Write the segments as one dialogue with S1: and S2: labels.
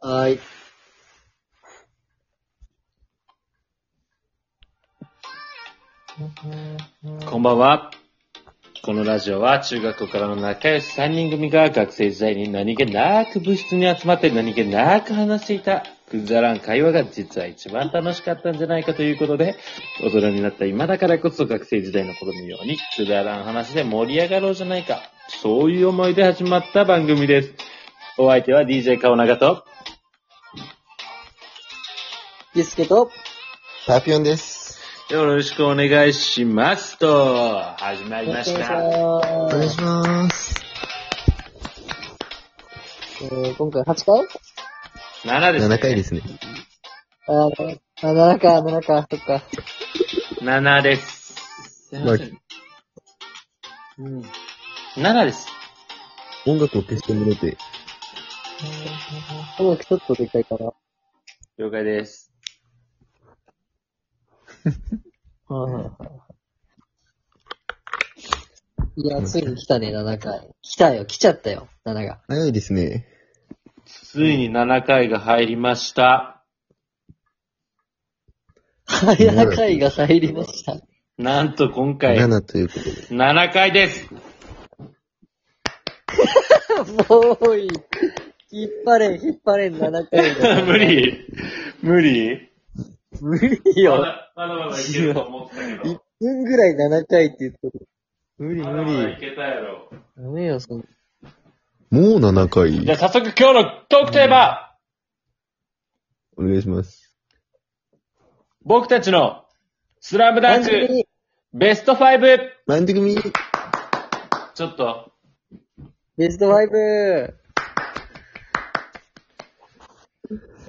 S1: はーい。
S2: こんばんは。このラジオは中学校からの仲良し3人組が学生時代に何気なく部室に集まって何気なく話していたくだらん会話が実は一番楽しかったんじゃないかということで、大人になった今だからこそ学生時代の頃のようにくだらん話で盛り上がろうじゃないか。そういう思いで始まった番組です。お相手は DJ 顔長と、
S1: ゆうすけと、
S3: パピオンです。
S2: よろしくお願いしますと、始まりまし
S1: お
S2: た。
S3: お
S1: 願
S3: 願
S1: い
S3: い
S1: し
S3: します。
S1: ます。えー、今回8回
S2: 7です、ね。
S3: 7回ですね。
S1: あー、7か、7か、そっか。
S2: 7です。すいません。うん。7です。
S3: 音楽を消してもらって、
S1: 音楽ちょっとでかいかな。
S2: 了解です。
S1: いや、ついに来たね、7回。来たよ、来ちゃったよ、7が。
S3: 早いですね。
S2: ついに7回が入りました。
S1: 7回が入りました。
S2: なんと今回、
S3: 7ということで。
S2: 7回です。
S1: もういい。引っ張れん、引っ張れん、7回が。
S2: 無理無理
S1: 無理
S2: い
S1: よ。
S2: まだまだいけると思ったけ
S1: 1、分ぐらい7回って言ってる。無理、
S2: まだ
S1: 無
S2: まだい
S1: 理。
S2: けたやろ。
S1: ダメよ、その。
S3: もう7
S2: じゃあ
S3: 回。
S2: 早速今日のトークテーマ、
S3: お願いします。
S2: 僕たちのスラムダン
S1: 番
S2: ク
S1: 組、
S2: ベスト 5!
S3: 番組
S2: ちょっと、
S1: ベスト 5!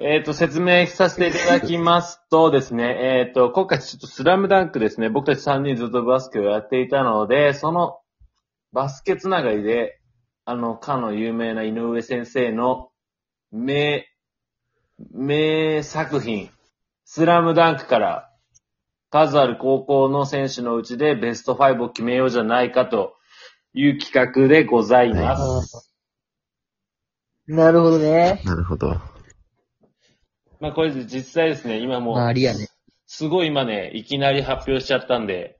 S2: えっ、と、説明させていただきますとですね、えっ、と、今回ちょっとスラムダンクですね、僕たち3人ずっとバスケをやっていたので、そのバスケつながりで、あの、かの有名な井上先生の名、名作品、スラムダンクから、数ある高校の選手のうちでベスト5を決めようじゃないかという企画でございます。
S1: なるほどね。
S3: なるほど。
S2: まあこれ実際ですね、今もう
S1: まあ、ありやね。
S2: すごい今ね、いきなり発表しちゃったんで、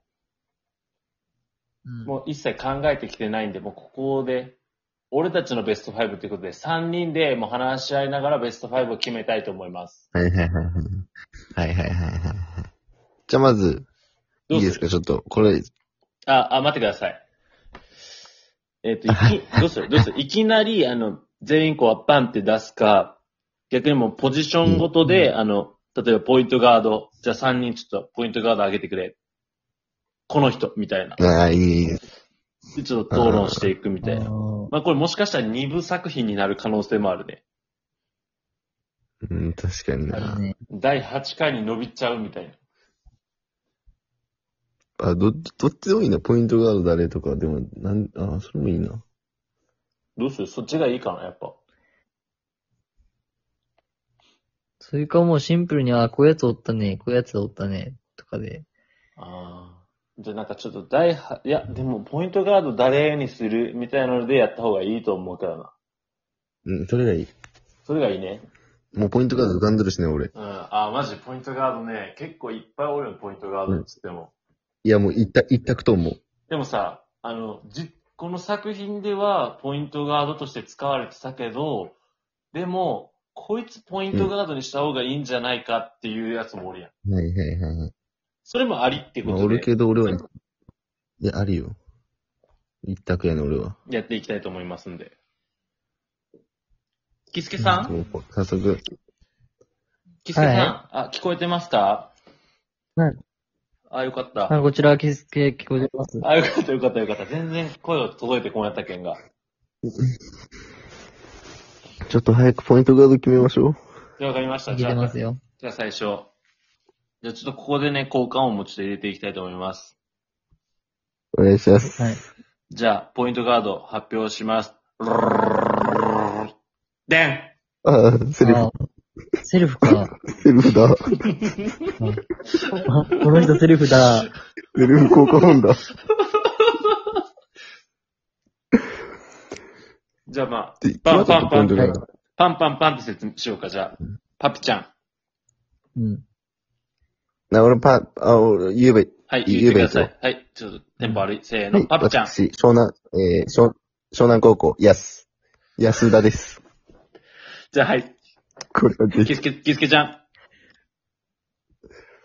S1: うん
S2: もう一切考えてきてないんで、もうここで、俺たちのベスト5ということで、3人でもう話し合いながらベスト5を決めたいと思います。
S3: はいはいはいはい。はいはいはいはいはい。じゃあまず、
S2: ど
S3: いうい
S2: する
S3: ですかちょっと、これ、
S2: あ、あ、待ってください。えっ、と、いき、どうするどうするいきなり、あの、全員こう、バンって出すか、逆にもうポジションごとで、あの、例えばポイントガード、じゃあ3人ちょっとポイントガード上げてくれ。この人、みたいな。
S3: ああ、いいです。
S2: でちょっと討論していくみたいな。
S1: うん
S2: まあこれもしかしたら2部作品になる可能性もあるね。
S3: うん、確かに
S1: あ
S3: な
S1: る。ね
S2: 第8回に伸びちゃうみたいな。
S3: あ、ど、どっちでもいいな。ポイントガード誰とか、でも、なん、あ、それもいいな。
S2: どうするそっちがいいかな、やっぱ。
S1: それかもうシンプルに、あ、こういうやつおったね、こういうやつおったね、とかで。
S2: ああ。じゃあなんかちょっと第8、いや、でもポイントガード誰にするみたいなのでやった方がいいと思うからな。
S3: うん、それがいい。
S2: それがいいね。
S3: もうポイントガード浮かんどるしね、俺。
S2: うん。ああ、マジポイントガードね。結構いっぱいおるよ、ポイントガードっつっても。
S3: いや、もう一択、一択と思う。
S2: でもさ、あの、じ、この作品ではポイントガードとして使われてたけど、でも、こいつポイントガードにした方がいいんじゃないかっていうやつもおるやん。
S3: はいはいはいはい。
S2: それもありってこ
S3: まあ、
S2: と
S3: お
S2: で。
S3: るけど俺は、いや、あるよ。一択やね、俺は。
S2: やっていきたいと思いますんで。キスケさん、
S3: もう早速。
S2: キスケさん、
S1: は
S2: あ、聞こえてますか
S1: はい。
S2: あ、よかった。
S1: あ、こちら、キスケ聞こえてます。
S2: あ、よかったよかったよかった。全然声が届いてこなかったけんが。
S3: ちょっと早くポイントガード決めましょう。
S2: でわかりました。
S1: 聞
S2: じ
S1: け
S2: ゃ
S1: て
S2: あ、
S1: ます
S2: じ
S1: よ。
S2: ゃあ最初。じゃあちょっとここでね、交換音もちょっと入れていきたいと思います。
S3: お願いします。
S1: はい。
S2: じゃあ、ポイントガード発表します。でん
S3: ああ、セリフ
S1: あ、セルフ か。
S3: セリフだ。
S1: あこの人セルフだ。
S3: セリフ効果音だ。
S2: じゃあまあ
S3: で、
S2: パンパンパン
S3: 決まったポイントガード
S2: パンパンパンって説明しようか、じゃあ。パピちゃん。
S1: うん。
S3: な、俺パ、あ、俺、言えばいい。
S2: はい、言
S3: 言
S2: って
S3: えば
S2: く
S3: い
S2: だ
S3: いぞ
S2: さい。はい、ちょっとテンポ悪い。せー
S3: は
S2: の、
S3: い、
S2: パピちゃん。
S3: 私、湘南、えー、湘湘南高校、やす。安田です。
S2: じゃあ、はい、
S3: これは絶
S2: キスケ、キスケちゃん。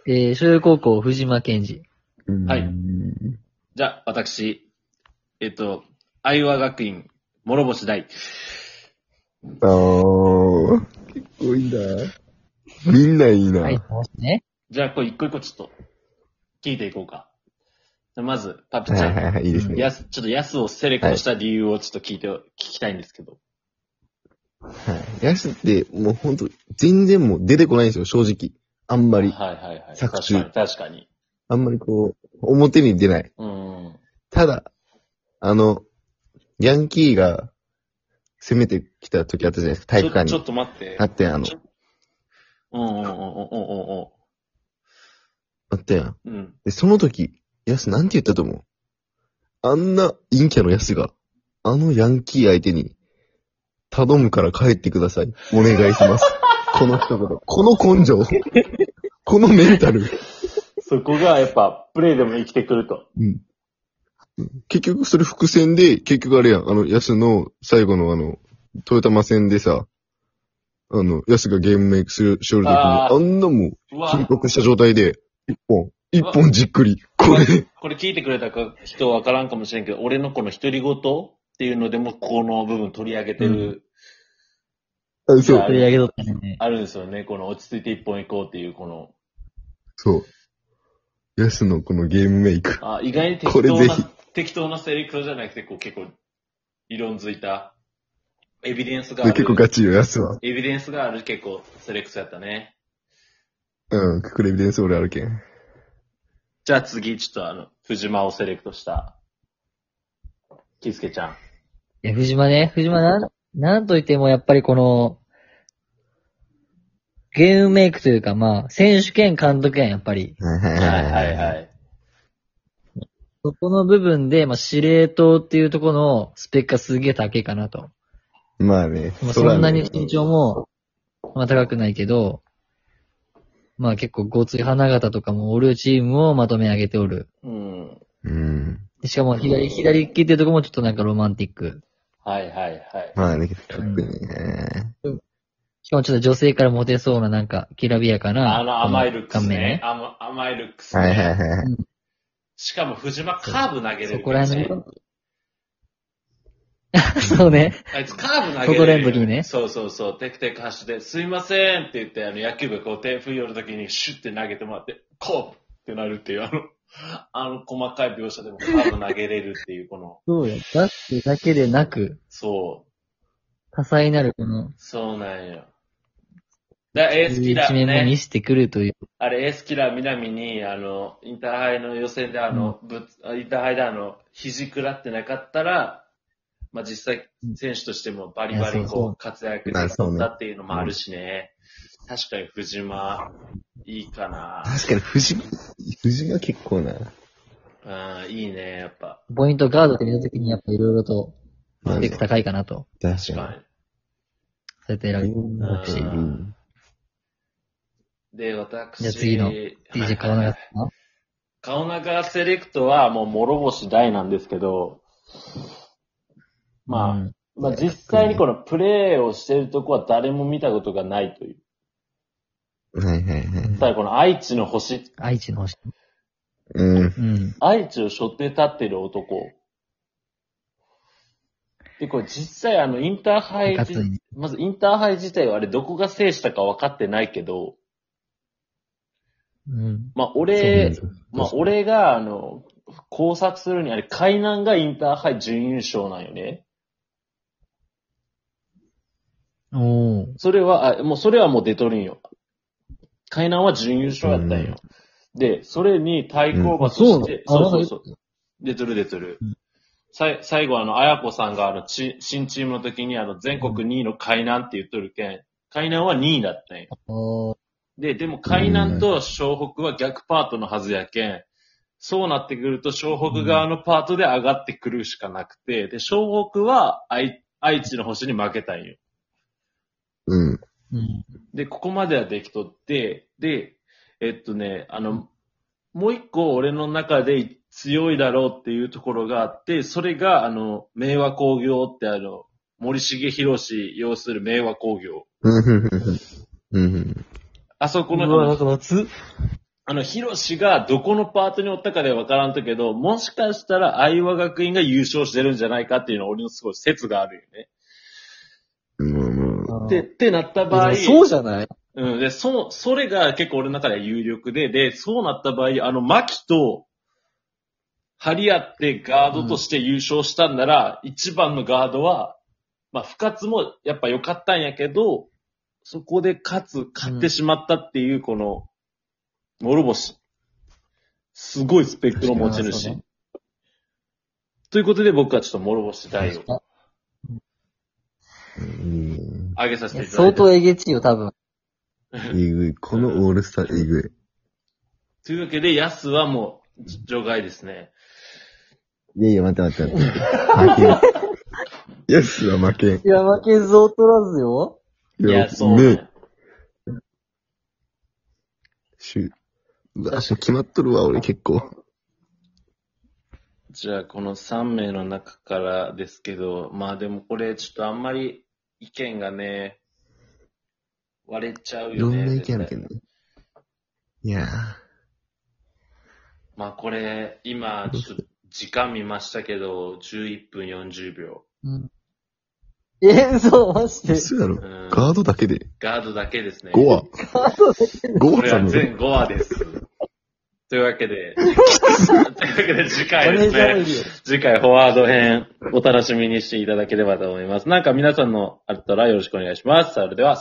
S1: えー、所有高校、藤間健二。
S3: 対
S2: はい
S3: うん
S2: じゃあ、私、えっと、愛和学院、諸星大。
S3: あー、結構いいな。みんないいな。
S1: はい、もしね。
S2: じゃあ、これ一個一個ちょっと、聞いていこうか。じゃあまず、パピ
S3: は
S2: ちゃ
S3: い
S2: ん。
S3: はいはい、いいですね。
S2: やす、ちょっとやすをセレクトした理由をちょっと聞いて、聞きたいんですけど。
S3: はい。ヤスって、もうほんと、全然もう出てこないんですよ、正直。あんま
S2: はい
S3: り。
S2: はいはい。
S3: 作
S2: 確
S3: 中
S2: かに、確かに。
S3: あんまりこう、表に出ない。
S2: うん。
S3: ただ、あの、ヤンキーが攻めてきた時あったじゃないですか、体育館
S2: ちょ。ちょ
S3: に。
S2: っと待って。
S3: あったやん、あの
S2: ち、ょうんうんうんうん
S3: あったやん。
S2: うんうん。うん。
S3: で、その時、ヤスなんて言ったと思うあんな陰キャのヤスが、あのヤンキー相手に、頼むから帰ってください。お願いします。この一言。この根性。このメンタル。
S2: そこがやっぱ、プレイでも生きてくると。
S3: うん。結局それ伏線で、結局あれやん、あの、ヤスの最後のあの、トヨタマ戦でさ、あの、ヤスがゲームメイクする、しよるときに、
S2: あ
S3: あ
S2: ー
S3: んなもう、
S2: うわ
S3: 緊迫した状態で、一本、一本じっくり、これ、
S2: これ聞いてくれたか人わからんかもしれんけど、俺のこの独り言っていうのでも、この部分取り上げてる、
S3: あそ
S2: あ
S3: う、
S1: 取り上げとったね。
S2: あるんですよね。この落ち着いて一本行こうっていう、この、
S3: そう。ヤスのこのゲームメイク。
S2: あ、意外に適
S3: これ
S2: 当
S3: ぜひ
S2: な、適当なセレクトじゃなくて、こう結構、理論づいた、エビデンスがある。
S3: 結構ガチよ、ヤスは。
S2: エビデンスがある結構セレクトやったね。
S3: うん、くくれエビデンス俺あるけん。
S2: じゃあ次、ちょっとあの、藤間をセレクトした、キスケちゃん。
S1: いや、藤間ね、藤間なん、なんといってもやっぱりこの、ゲームメイクというか、まあ、選手権監督やん、やっぱり。
S3: はいは
S2: はいはいはい。
S1: そこの部分で、まあ、司令塔っていうところのスペックがすげえ高いかなと。
S3: まあね、
S1: まあ、
S3: そ
S1: そ
S3: らね
S1: んなに身長も、まあ、高くないけど、まあ結構ごつい花形とかもおるチームをまとめ上げておる。
S2: うん。
S3: うん。
S1: でしかも左、左利きっていうところもちょっとなんかロマンティック。
S2: はいはいはい。
S3: まあね、かっこいいね。
S1: しかもちょっと女性からモテそうななんか、きらびやかな。
S2: あの甘いルックス
S1: 顔面
S2: ね。。甘甘いルックス
S3: はいはい
S2: ね。
S3: はいはい。
S2: しかも藤間カーブ投げれ
S1: そ
S2: る
S1: こ
S2: から
S1: ら
S2: ね
S1: 辺。の。そうね。
S2: あいつカーブ投げれ
S1: そこ
S2: る。
S1: ら辺の時にね
S2: そうそうそう。テクテク走って、すいませんって言って、あの野球部こう手振り寄る時にシュッて投げてもらって、コープってなるっていう、あの、 あの細かい描写でもカーブ投げれるっていう、この、
S1: そうや。だってだけでなく、
S2: そう。
S1: 多彩なるこの、
S2: そうなんよ。だエースキラ
S1: 一
S2: ー、
S1: 面も見
S2: ね、
S1: せてくるという。
S2: あれエースキラー南に、あの、インターハイの予選であの、ぶつインターハイであの、肘食らってなかったら、まあ、実際選手としてもバリバ
S1: い
S2: リ
S1: やそうそ
S2: こう
S1: う
S2: 活躍
S3: まあ
S2: で
S3: そうね
S2: だっていうのもあるしね。確かに藤間、いいかな。
S3: 確かに藤が、藤が結構な。
S2: うん、いいね、やっぱ。
S1: ポイントガードって見たときにやっぱいろいろと、
S3: まあ
S1: スペ
S3: ね
S1: ック高いかなと。
S3: 確
S2: 確かに。
S3: か
S1: そうやって選ぶ。
S3: に。うん
S2: で、私、
S1: じゃあ次の
S2: はい
S1: DJ 買わなかったな
S2: 顔長セレクトはもう諸星大なんですけど、まあ、
S1: うん
S2: まあ実際にこのプレーをしてるとこは誰も見たことがないという。
S3: はいはいはい。
S2: ただこの愛知の星、
S1: 愛知の星。
S3: うん。
S1: うん。
S2: 愛知を背負って立ってる男。で、これ実際あのインターハイ
S1: いかついね、
S2: まずインターハイ自体はあれどこが制したか分かってないけど、
S1: うん。
S2: まあ俺、
S3: そうね
S2: まあ俺があの、考察するにあれ海南がインターハイ準優勝なんよね。
S1: おー。
S2: それは、あ、もうそれはもう出とるんよ。海南は準優勝やったんよ。で、それに対抗馬として、
S1: うんあ
S2: そうそう
S1: そ
S2: そうう。出とる出とる
S1: うん。
S2: さい最後あの、あやこさんがあの、ち、新チームの時にあの、全国2位の海南って言っとるけん、海南は2位だったんよ。
S1: おー。
S2: で、でも海南と湘北は逆パートのはずやけん、そうなってくると湘北側のパートで上がってくるしかなくて、で、湘北は愛愛知の星に負けたんよ。
S3: うん。
S1: うん。
S2: で、ここまではできとって、で、えっとね、あの、もう一個俺の中で強いだろうっていうところがあって、それが、あの、明和工業ってあの、森重博士擁する明和工業。
S3: うん、ふんふんふん。うんふん。
S2: あそこ
S1: う
S2: の、
S1: わ、なんか夏
S2: あの、ヒロシがどこのパートにおったかでわからんとけど、もしかしたら愛和学院が優勝してるんじゃないかっていうのは俺のすごい説があるよね。
S3: うん、うん。
S2: で、ってなった場
S1: あ
S2: 合、
S1: ーそうじゃない
S2: うん、で、そ、それが結構俺の中では有力で、で、そうなった場合、あの、牧と、張り合ってガードとして優勝したんなら、一番のガードは、まあ、不活もやっぱ良かったんやけど、そこで勝つ、勝ってしまったっていう、この、諸星。すごいスペックの持ち
S1: 確かに
S2: 主。ということで僕はちょっと諸星大を
S3: うん
S2: 上げさせ
S1: い
S2: てい
S1: や
S2: た
S1: 相
S2: だいて。
S1: 当えげちいよ、多分。
S3: えぐい。このオールスターえぐい。
S2: というわけで、ヤスはもう、除外ですね。
S3: いやいや、待って待って待って。負けん。ヤスは負けん。
S1: いや、負けず劣らずよ。
S2: いや、そう、ね
S3: ね。シュうわ、し決まっとるわ、俺結構。
S2: じゃあ、この3名の中からですけど、まあでもこれ、ちょっとあんまり意見がね、割れちゃう
S3: い
S2: よ
S3: ろ
S2: ね。
S3: んな意見あるけ
S2: 絶
S3: ど
S2: 対
S3: ね。いや
S2: まあこれ、今、ちょっと時間見ましたけど、11分40秒。
S1: うん。え、そう、マジ
S3: ー、
S1: で。
S3: そうやろ
S2: う。ん、
S3: ガードだけで。
S2: ガードだけですね。
S3: 5話。5
S2: こ
S3: 話
S2: れ
S3: ちゃ
S2: は
S3: んの。
S2: 全5話です。というわけ で、というわけで次
S1: マ
S2: 回
S1: ネー
S2: です
S1: ジャー
S2: ね
S1: い。るよ。
S2: 次回フォワード編、お楽しみにしていただければと思います。なんか皆さんのあったらよろしくお願いします。それでは、